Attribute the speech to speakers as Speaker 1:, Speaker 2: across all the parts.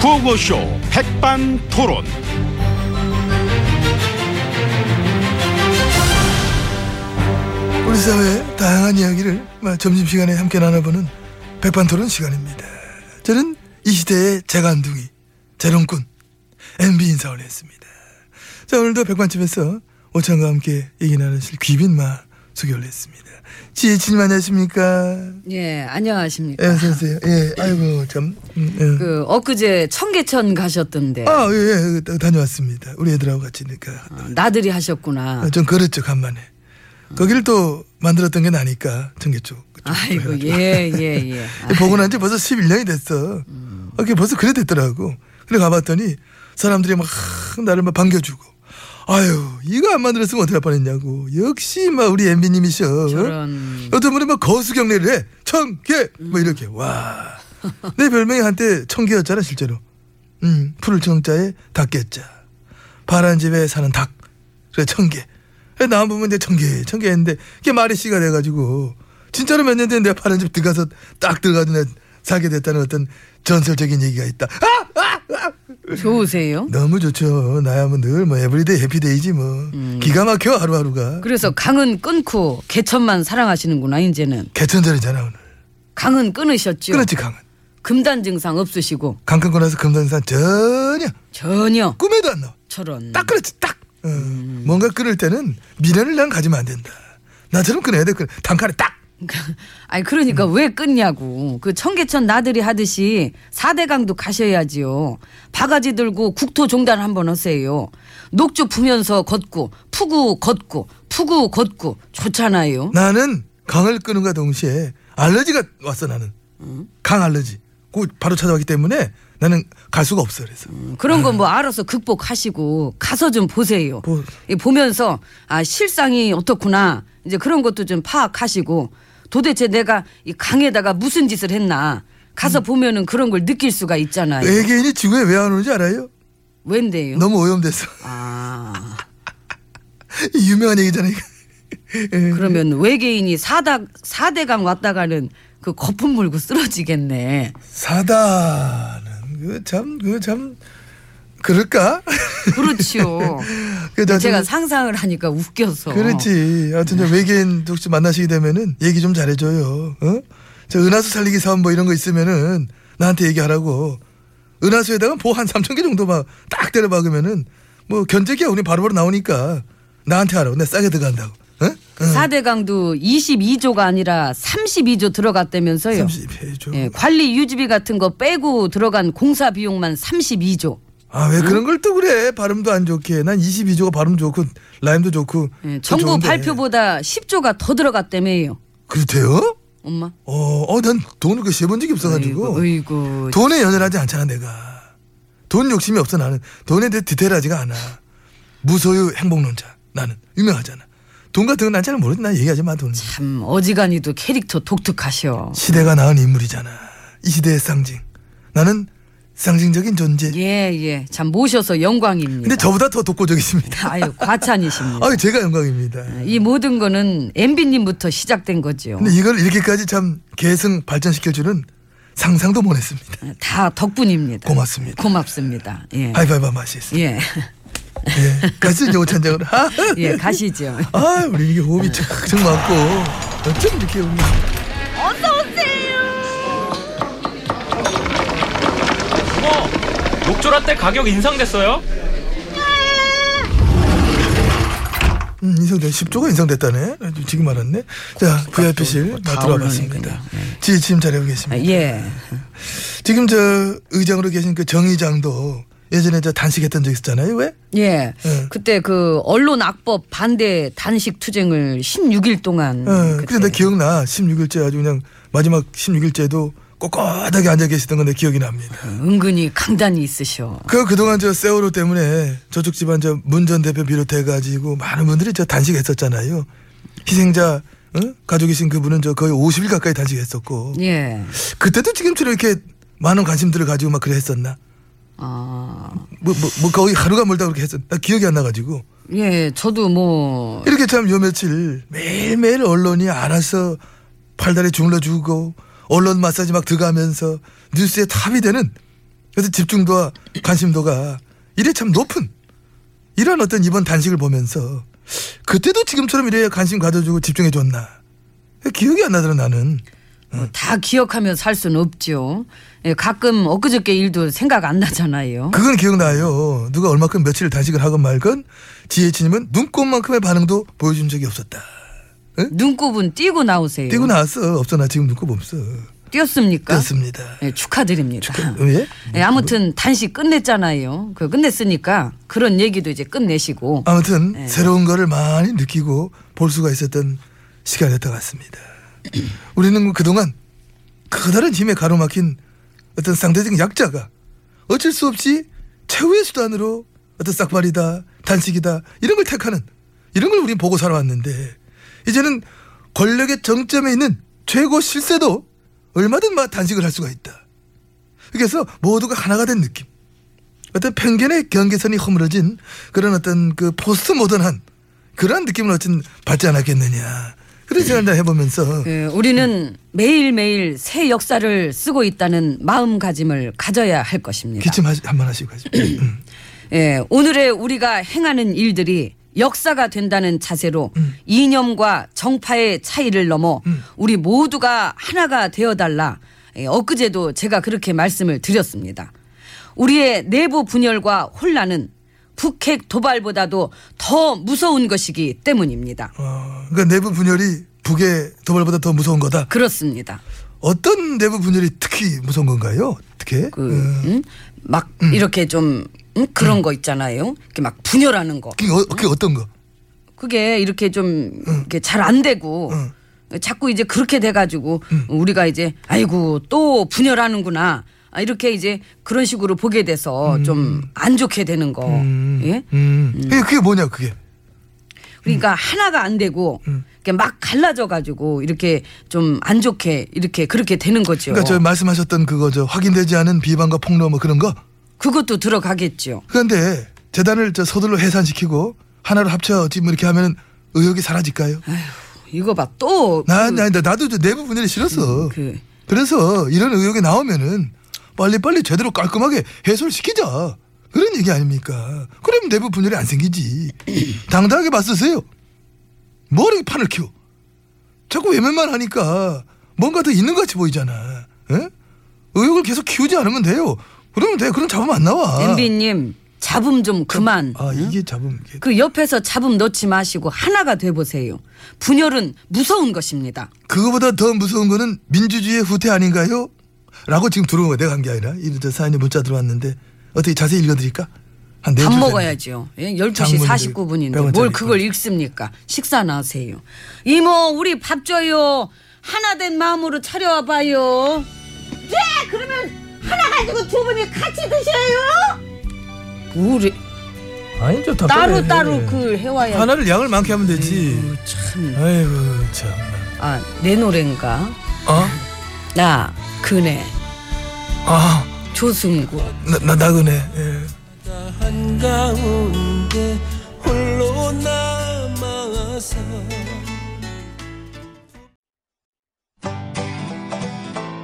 Speaker 1: 구호쇼 백반토론.
Speaker 2: 우리 사회의 다양한 이야기를 점심시간에 함께 나눠보는 백반토론 시간입니다. 저는 이 시대의 재간둥이, 재롱꾼, MB 인사 올렸습니다. 자, 오늘도 백반집에서 오찬과 함께 얘기 나누실 귀빈마 소개 올렸습니다. 지혜진님 안녕하십니까?
Speaker 3: 예, 안녕하십니까.
Speaker 2: 예, 선생님. 예, 아이고, 참. 음, 예.
Speaker 3: 그 엊그제 청계천 가셨던데
Speaker 2: 아, 예, 예, 다녀왔습니다. 우리 애들하고 같이니까.
Speaker 3: 나들이 하셨구나.
Speaker 2: 아, 좀 걸었죠 간만에. 거기를 또 만들었던 게 나니까 청계 쪽. 그쪽
Speaker 3: 아이고
Speaker 2: 해가지고.
Speaker 3: 예, 예, 예. 아,
Speaker 2: 보고 난그 지 벌써 11년이 됐어. 아, 그게 벌써 그래 됐더라고. 그래 가봤더니 사람들이 막 나를 막 반겨주고. 아유 이거 안 만들었으면 어떡할 뻔했냐고. 역시 막 우리 엠비님이셔.
Speaker 3: 저런.
Speaker 2: 어떤 분은 막뭐 거수경례를 해. 청계 뭐 이렇게 와. 내 별명이 한때 청계였잖아 실제로. 음 풀을 청자에 닭개자. 파란 집에 사는 닭. 그래 청계. 그래, 나만 보면 이제 청계 청계 했는데 그게 말이 씨가 돼가지고 진짜로 몇 년 전에 내가 파란 집 들어가서 딱 들어가서 내가 사게 됐다는 어떤 전설적인 얘기가 있다. 아!
Speaker 3: 좋으세요?
Speaker 2: 너무 좋죠. 나야 뭐늘뭐 에브리데이 해피데이지 뭐 기가 막혀 하루하루가.
Speaker 3: 그래서 강은 끊고 개천만 사랑하시는구나 이제는.
Speaker 2: 개천절이잖아 오늘.
Speaker 3: 강은 끊으셨죠.
Speaker 2: 그렇지 강은.
Speaker 3: 금단 증상 없으시고
Speaker 2: 강 끊고 나서 금산산 전혀
Speaker 3: 전혀
Speaker 2: 꿈에도 안 나와.
Speaker 3: 저런.
Speaker 2: 딱 그렇지 딱 어,
Speaker 3: 음.
Speaker 2: 뭔가 끊을 때는 미련을 난 가지면 안 된다 나처럼 끊어야 돼 끊- 단칼에 딱
Speaker 3: 아니 그러니까 왜 끊냐고. 그 청계천 나들이 하듯이 4대강도 가셔야지요. 바가지 들고 국토 종단 한번 하세요. 녹조 부면서 걷고 푸구 걷고 푸구 걷고 좋잖아요.
Speaker 2: 나는 강을 끊은과 동시에 알러지가 왔어 나는
Speaker 3: 음.
Speaker 2: 강 알러지 그 바로 찾아왔기 때문에 나는 갈 수가 없어 그래서
Speaker 3: 그런 건 뭐 알아서 극복하시고 가서 좀 보세요.
Speaker 2: 보-
Speaker 3: 이 보면서 아 실상이 어떻구나 이제 그런 것도 좀 파악하시고 도대체 내가 이 강에다가 무슨 짓을 했나 가서 보면은 그런 걸 느낄 수가 있잖아요.
Speaker 2: 외계인이 지구에 왜 안 오는지 알아요?
Speaker 3: 웬데요?
Speaker 2: 네. 너무 오염돼서
Speaker 3: 아
Speaker 2: 이 유명한 얘기잖아요 이거. 예.
Speaker 3: 그러면 외계인이 사다 사대강 왔다 가는 그 거품 물고 쓰러지겠네.
Speaker 2: 사다는 그참 그 참 그럴까?
Speaker 3: 그렇지요.
Speaker 2: 그 나-
Speaker 3: 제가 상상을 하니까 웃겨서.
Speaker 2: 그렇지. 하여튼 저 외계인 혹시 만나시게 되면은 얘기 좀 잘해줘요. 어? 저 은하수 살리기 사업 뭐 이런 거 있으면은 나한테 얘기하라고. 은하수에다가 보 한 3천 개 정도 막 딱 때려 박으면은 뭐 견적이야 우리 바로바로 나오니까 나한테 하라고. 내가 싸게 들어간다고. 어? 어.
Speaker 3: 사대강도 22조가 아니라 32조 들어갔다면서요.
Speaker 2: 30회 줘.
Speaker 3: 예, 관리 유지비 같은 거 빼고 들어간 공사 비용만 32조.
Speaker 2: 아 왜 그런 걸 또 그래? 발음도 안 좋게. 난 22조가 발음 좋고 라임도 좋고.
Speaker 3: 예,
Speaker 2: 또
Speaker 3: 정부
Speaker 2: 좋은데.
Speaker 3: 발표보다 10조가 더 들어갔다며요.
Speaker 2: 그렇대요?
Speaker 3: 엄마.
Speaker 2: 어, 어, 난 돈을 그 세본 적이 없어가지고.
Speaker 3: 어이구.
Speaker 2: 돈에 연연하지 않잖아 내가 돈 욕심이 없어 나는 돈에 대해 디테일하지가 않아 무소유 행복론자 나는 유명하잖아 돈 같은 건 난 잘 모르지 나 얘기하지 마 돈은
Speaker 3: 참 어지간히도 캐릭터 독특하셔.
Speaker 2: 시대가 낳은 인물이잖아 이 시대의 쌍징 나는 쌍징적인 존재
Speaker 3: 예, 예. 참 모셔서 영광입니다.
Speaker 2: 근데 저보다 더 독보적이십니다
Speaker 3: 아유, 과찬이십니다.
Speaker 2: 아 제가 영광입니다
Speaker 3: 이 모든 거는 MB님부터 시작된 거지요.
Speaker 2: 근데 이걸 이렇게까지 참 계승 발전시킬 줄은 상상도 못했습니다
Speaker 3: 다 덕분입니다.
Speaker 2: 고맙습니다.
Speaker 3: 고맙습니다. 예.
Speaker 2: 하이파이브 한번 하시겠습니다
Speaker 3: 예.
Speaker 2: 예. 가시죠 이제 오찬장으로
Speaker 3: 예, 가시죠.
Speaker 2: 아 우리 이게 호흡이 척척 맞고 어쩜 이렇게 우리
Speaker 4: 어머, 녹조라떼 가격 인상됐어요?
Speaker 2: 음, 인상된 10조가 인상됐다네. 아, 지금 알았네. 자, VIP실 다 들어봤습니다. 네. 지 지금 잘하고
Speaker 3: 아,
Speaker 2: 계십니다.
Speaker 3: 예.
Speaker 2: 지금 저 의장으로 계신 그 정의장도 예전에 저 단식했던 적 있었잖아요. 왜?
Speaker 3: 예.
Speaker 2: 예.
Speaker 3: 그때 그 언론 악법 반대 단식 투쟁을 16일 동안
Speaker 2: 어,
Speaker 3: 그때
Speaker 2: 근데 나 기억나. 16일째 아주 그냥 마지막 16일째도 꼿꼿하게 앉아 계시던 건내 기억이 납니다.
Speaker 3: 은근히 강단이 있으셔.
Speaker 2: 그 그동안 저 세월호 때문에 저쪽 집안 저 문 전 대표 비롯해 가지고 많은 분들이 저 단식했었잖아요. 희생자 어? 가족이신 그분은 저 거의 50일 가까이 단식했었고.
Speaker 3: 예.
Speaker 2: 그때도 지금처럼 이렇게 많은 관심들을 가지고 막 그래 했었나?
Speaker 3: 아.
Speaker 2: 뭐, 뭐, 뭐 거의 하루가 멀다 그렇게 했었나? 나 기억이 안 나가지고.
Speaker 3: 예, 저도 뭐
Speaker 2: 이렇게 참 요 며칠 매일매일 언론이 알아서 팔다리 주물러주고 언론 마사지 막 들어가면서 뉴스에 탑이 되는 그래서 집중도와 관심도가 이래 참 높은 이런 어떤 이번 단식을 보면서 그때도 지금처럼 이래 관심 가져주고 집중해 줬나 기억이 안 나더라 나는
Speaker 3: 뭐다 기억하며 살 수는 없죠. 예, 가끔 엊그저께 일도 생각 안 나잖아요.
Speaker 2: 그건 기억나요 누가 얼마큼 며칠 단식을 하건 말건 지혜치님은 눈곱만큼의 반응도 보여준 적이 없었다
Speaker 3: 눈곱은 띄고 나오세요.
Speaker 2: 뛰고 나왔어 없어 나 지금 눈곱 없어
Speaker 3: 뛰었습니까?
Speaker 2: 떴습니다
Speaker 3: 예, 축하드립니다.
Speaker 2: 예?
Speaker 3: 예, 아무튼 단식 끝냈잖아요. 그 끝냈으니까 그런 얘기도 이제 끝내시고
Speaker 2: 아무튼
Speaker 3: 네.
Speaker 2: 새로운 거를 많이 느끼고 볼 수가 있었던 시간이었던 것 같습니다. 우리는 그동안 커다란 힘에 가로막힌 어떤 상대적인 약자가 어쩔 수 없이 최후의 수단으로 어떤 싹발이다 단식이다 이런 걸 택하는 이런 걸 우린 보고 살아왔는데 이제는 권력의 정점에 있는 최고 실세도 얼마든 막 단식을 할 수가 있다. 그래서 모두가 하나가 된 느낌. 어떤 편견의 경계선이 허물어진 그런 어떤 그 포스트 모던한 그러한 느낌을 어쨌든 받지 않았겠느냐 그런 생각을 다 해보면서
Speaker 3: 예, 우리는 매일매일 새 역사를 쓰고 있다는 마음가짐을 가져야 할 것입니다.
Speaker 2: 기침 하시- 한번 하시고 가죠 음.
Speaker 3: 예, 오늘의 우리가 행하는 일들이 역사가 된다는 자세로 이념과 정파의 차이를 넘어 우리 모두가 하나가 되어달라. 예, 엊그제도 제가 그렇게 말씀을 드렸습니다. 우리의 내부 분열과 혼란은 북핵 도발보다도 더 무서운 것이기 때문입니다.
Speaker 2: 어, 그러니까 내부 분열이 북의 도발보다 더 무서운 거다
Speaker 3: 그렇습니다.
Speaker 2: 어떤 내부 분열이 특히 무서운 건가요 어떻게
Speaker 3: 그, 음, 막 이렇게 좀 음, 그런 거 있잖아요. 이렇게 막 분열하는 거.
Speaker 2: 그게, 어, 그게 어떤 거
Speaker 3: 그게 이렇게 좀 이렇게 잘 안 되고
Speaker 2: 응.
Speaker 3: 자꾸 이제 그렇게 돼가지고 우리가 이제 아이고 또 분열하는구나 아, 이렇게 이제 그런 식으로 보게 돼서 좀 안 좋게 되는 거 예?
Speaker 2: 음. 그게, 그게 뭐냐 그게
Speaker 3: 그러니까 하나가 안 되고
Speaker 2: 음.
Speaker 3: 이렇게 막 갈라져가지고 이렇게 좀 안 좋게 이렇게 그렇게 되는 거죠.
Speaker 2: 그러니까 저 말씀하셨던 그거 저 확인되지 않은 비방과 폭로 뭐 그런 거
Speaker 3: 그것도 들어가겠죠.
Speaker 2: 그런데 재단을 저 서둘러 해산시키고 하나로 합쳐지 뭐 이렇게 하면 의욕이 사라질까요?
Speaker 3: 이거 봐또
Speaker 2: 나, 나, 나, 나도 저 내부 분열이 싫었어.
Speaker 3: 그-
Speaker 2: 그, 래서 이런 의혹이 나오면은 빨리빨리 제대로 깔끔하게 해소를 시키자. 그런 얘기 아닙니까? 그럼 내부 분열이 안 생기지. 당당하게 맞서세요. 뭐 이렇게 판을 키워? 자꾸 외면만 하니까 뭔가 더 있는 것 같이 보이잖아. 에? 의욕을 계속 키우지 않으면 돼요. 그러면 돼. 그럼 잡으면 안 나와.
Speaker 3: MB님 잡음 좀 그만.
Speaker 2: 아, 이게 잡음. 이게.
Speaker 3: 그 옆에서 잡음 넣지 마시고 하나가 돼보세요. 분열은 무서운 것입니다.
Speaker 2: 그거보다 더 무서운 거는 민주주의의 후퇴 아닌가요? 라고 지금 들어온 거야. 내가 한 게 아니라. 이 사연이 문자 들어왔는데 어떻게 자세히 읽어드릴까? 한네
Speaker 3: 밥
Speaker 2: 줄
Speaker 3: 먹어야죠. 예, 12시
Speaker 2: 장문인데
Speaker 3: 49분인데 뭘
Speaker 2: 백원짜리
Speaker 3: 그걸 읽습니까? 식사나 하세요. 이모, 우리 밥 줘요. 하나 된 마음으로 차려와 봐요.
Speaker 5: 예, 그러면 하나 가지고 두 분이 같이 드셔요.
Speaker 3: 우리
Speaker 2: 됐는데. 아니 좀 답답해.
Speaker 3: 따로 따로 그 음. 해와야.
Speaker 2: 하나를 양을 많게 하면 되지.
Speaker 3: 아이고, 참.
Speaker 2: 아이고 참.
Speaker 3: 아, 내 노래인가?
Speaker 2: 어?
Speaker 3: 나 그네
Speaker 2: 아,
Speaker 3: 조승구.
Speaker 2: 나, 나 나그네. 예.
Speaker 6: 한가운데 홀로 남아서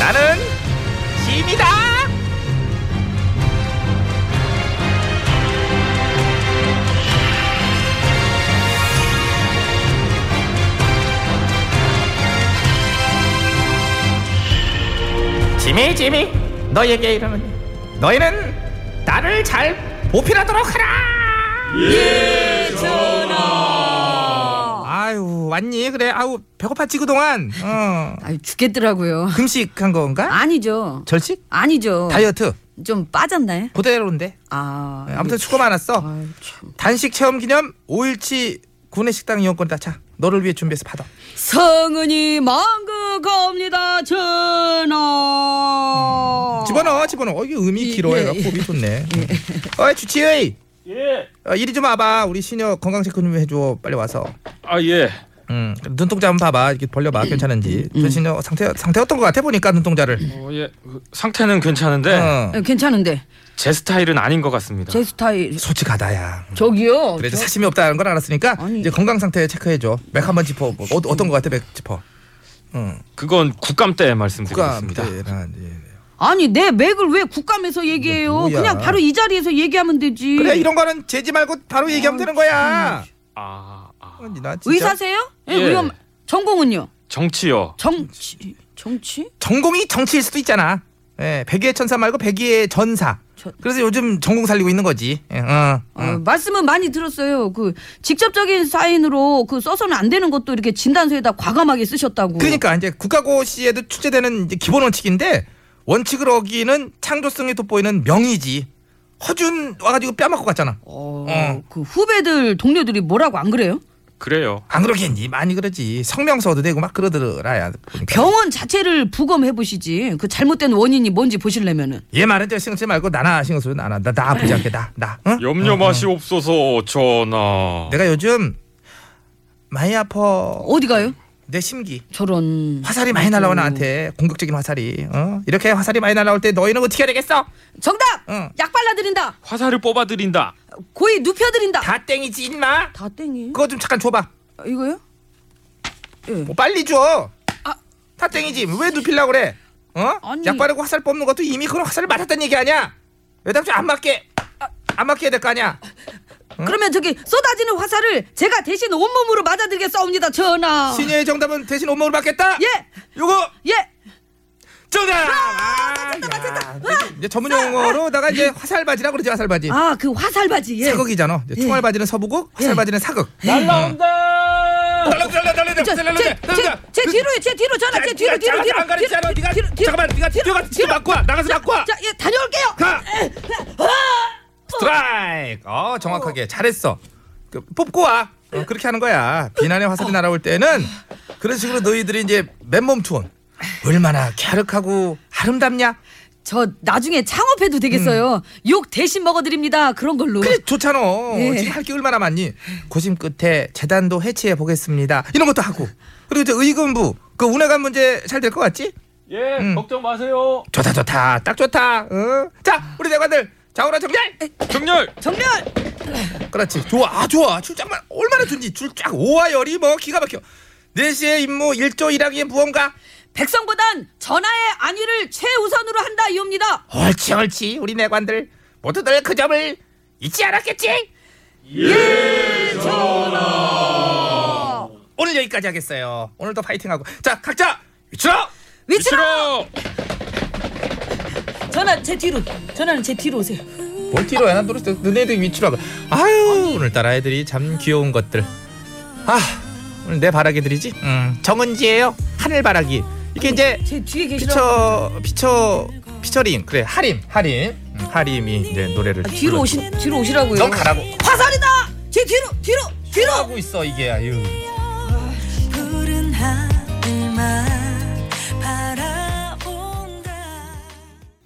Speaker 1: 나는 짐이다. 지미 지미 너에게 이르는 너희는 나를 잘 보필하도록 하라 아유 왔니 그래 아우 배고팠지 그동안 어
Speaker 3: 아유 죽겠더라고요.
Speaker 1: 금식한 건가
Speaker 3: 아니죠.
Speaker 1: 절식
Speaker 3: 아니죠.
Speaker 1: 다이어트
Speaker 3: 좀 빠졌나요?
Speaker 1: 그대로인데 네,
Speaker 3: 아
Speaker 1: 아무튼 수고 많았어
Speaker 3: 아유, 참.
Speaker 1: 단식 체험 기념 5일치 구내 식당 이용권 따차 너를 위해 준비해서 받아
Speaker 3: 성은이 망극합니다 전하.
Speaker 1: 집어넣어 집어넣어 어, 이게 음이
Speaker 3: 이-
Speaker 1: 길어요
Speaker 3: 예, 예.
Speaker 1: 곱이 좋네 음. 어이 주치의
Speaker 4: 예.
Speaker 1: 어, 이리 좀 와봐 우리 시녀 건강 체크 좀 해줘 빨리 와서
Speaker 4: 아 예.
Speaker 1: 음, 눈동자 한번 봐봐 이렇게 벌려봐
Speaker 3: 음.
Speaker 1: 괜찮은지 저 시녀 상태 상태 어떤 것 같아 보니까 눈동자를
Speaker 3: 음.
Speaker 4: 어, 예. 그 상태는 괜찮은데
Speaker 1: 어,
Speaker 3: 예, 괜찮은데
Speaker 4: 제 스타일은 아닌 것 같습니다.
Speaker 3: 제 스타일
Speaker 1: 솔직하다야
Speaker 3: 저기요.
Speaker 1: 그래도 사심이 없다는 걸 알았으니까
Speaker 3: 아니.
Speaker 1: 이제 건강 상태 체크해줘 맥 한번 짚어 어, 어떤 것 같아 맥 짚어
Speaker 4: 그건 국감 때
Speaker 1: 국감
Speaker 4: 말씀드리겠습니다.
Speaker 1: 때랑, 예.
Speaker 3: 아니 내 맥을 왜 국감에서 얘기해요?
Speaker 1: 이게 뭐야.
Speaker 3: 그냥 바로 이 자리에서 얘기하면 되지.
Speaker 1: 그래 이런 거는 재지 말고 바로 얘기하면 되는 거야
Speaker 4: 아, 아.
Speaker 1: 아니, 나 진짜
Speaker 3: 의사세요? 예.
Speaker 4: 예.
Speaker 3: 의원 전공은요?
Speaker 4: 정치요.
Speaker 3: 정치 정치?
Speaker 1: 전공이 정치일 수도 있잖아 예, 백의의 천사 말고 백의의 전사
Speaker 3: 전-
Speaker 1: 그래서 요즘 전공 살리고 있는 거지 예, 어, 어.
Speaker 3: 어, 말씀은 많이 들었어요. 그 직접적인 사인으로 그 써서는 안 되는 것도 이렇게 진단서에다 과감하게 쓰셨다고.
Speaker 1: 그러니까 이제 국가고시에도 출제되는 이제 기본 원칙인데 원칙을 어기는 창조성이 돋보이는 명의지. 허준 와가지고 뺨맞고 갔잖아.
Speaker 3: 어,
Speaker 1: 어.
Speaker 3: 그 후배들 동료들이 뭐라고 안 그래요?
Speaker 4: 그래요.
Speaker 1: 안 그러겠니? 많이 그러지. 성명서도 내고 막 그러더라야. 보니까.
Speaker 3: 병원 자체를 부검해 보시지. 그 잘못된 원인이 뭔지 보시려면은
Speaker 1: 얘 말은 저 신경 쓰지 말고 나나 신경 쓰지 나나 나, 나 아프지 않게 나 나. 응?
Speaker 4: 염려 맛이 없어서 전하.
Speaker 1: 어. 내가 요즘 많이 아파.
Speaker 3: 어디 가요?
Speaker 1: 내 심기.
Speaker 3: 저런 그
Speaker 1: 화살이 많이 날라와 나한테 공격적인 화살이. 어? 이렇게 화살이 많이 날라올 때 너희는 어떻게 해야 되겠어?
Speaker 3: 정답.
Speaker 1: 응.
Speaker 3: 약 발라드린다.
Speaker 4: 화살을 뽑아드린다.
Speaker 3: 고이 눕혀드린다.
Speaker 1: 다 땡이지 인마.
Speaker 3: 다 땡이.
Speaker 1: 그거 좀 잠깐 줘봐.
Speaker 3: 아, 이거요? 예.
Speaker 1: 뭐 빨리 줘.
Speaker 3: 아.
Speaker 1: 다 땡이지. 왜 눕히려고 그래? 어?
Speaker 3: 아니.
Speaker 1: 약 바르고 화살 뽑는 것도 이미 그런 화살을 맞았다는 얘기 아니야? 왜 당초 안 맞게
Speaker 3: 아.
Speaker 1: 안 맞게 해야 될 거 아니야?
Speaker 3: 그러면 저기 쏟아지는 화살을 제가 대신 온몸으로 맞아드리겠사옵니다 전하.
Speaker 1: 신예의 정답은 대신 온몸으로 맞겠다.
Speaker 3: 예.
Speaker 1: 요거
Speaker 3: 예.
Speaker 1: 정답. 아, 야. 이제 전문 용어로다가 이제 화살 바지라고 그러지 화살 바지.
Speaker 3: 아 그 화살 바지. 예.
Speaker 1: 사극이잖아. 이제 총알 바지는 서부국, 화살 바지는 사극. 어.
Speaker 4: 날라온다.
Speaker 1: 달라 달라 달라 달라
Speaker 3: 저,
Speaker 1: 달라
Speaker 3: 제,
Speaker 1: 달라.
Speaker 3: 제, 제 뒤로요, 제 뒤로 전화, 제 뒤로, 뒤로, 뒤로,
Speaker 1: 안 가르치지 않아. 네가
Speaker 3: 뒤로, 뒤로.
Speaker 1: 잠깐만, 네가 뛰어가서 지금 바꿔 나가서 바꿔.
Speaker 3: 자, 예, 다녀올게요. 아!
Speaker 1: 가! 스트라이크! 어, 정확하게. 잘했어. 그, 뽑고 와. 어, 그렇게 하는 거야. 비난의
Speaker 3: 어.
Speaker 1: 화살이 날아올 때는 그런 식으로 너희들이 이제 맨몸 투혼. 얼마나 갸륵하고 아름답냐?
Speaker 3: 저 나중에 창업해도 되겠어요. 욕 대신 먹어드립니다. 그런 걸로.
Speaker 1: 음. 그래, 좋잖아.
Speaker 3: 예.
Speaker 1: 지금 할 게 얼마나 많니? 고심 끝에 재단도 해체해 보겠습니다. 이런 것도 하고. 그리고 이제 의금부. 그 운해관 문제 잘 될 것 같지?
Speaker 4: 예, 걱정 마세요.
Speaker 1: 좋다, 좋다. 딱 좋다. 어? 자, 우리 대관들. 자우라 정렬!
Speaker 4: 예. 정렬.
Speaker 3: 정면.
Speaker 1: 그렇지. 좋아. 아, 좋아. 출장만 얼마나 든지 출장 오화열이 뭐 기가 막혀. 4시에 임무 1조 1학기의 무언가.
Speaker 3: 백성보단 전화의 안위를 최우선으로 한다 이옵니다.
Speaker 1: 옳지 옳지. 우리 내관들 모두들 그 점을 잊지 않았겠지? 예, 전하. 오늘 여기까지 하겠어요. 오늘도 파이팅하고. 자, 각자 위치로.
Speaker 3: 위치로.
Speaker 4: 싫어.
Speaker 3: 전화 제 뒤로. 전화는 제 뒤로 오세요.
Speaker 1: 뭘 뒤로야? 난 노릇 너네들 위치로 하고. 아유, 오늘따라 애들이 참 귀여운 것들. 아, 오늘 내 바라기들이지? 음, 정은지예요. 하늘 바라기. 이게 이제
Speaker 3: 제 뒤에 계시라고.
Speaker 1: 피처 피처 피처링 그래 하림 하림 음, 하림이 이제 노래를
Speaker 3: 아, 뒤로 오신 뒤로 오시라고요.
Speaker 1: 넌 가라고
Speaker 3: 화살이다. 제 뒤로 뒤로 뒤로.
Speaker 1: 하고 있어 이게 아유
Speaker 7: 푸른 하늘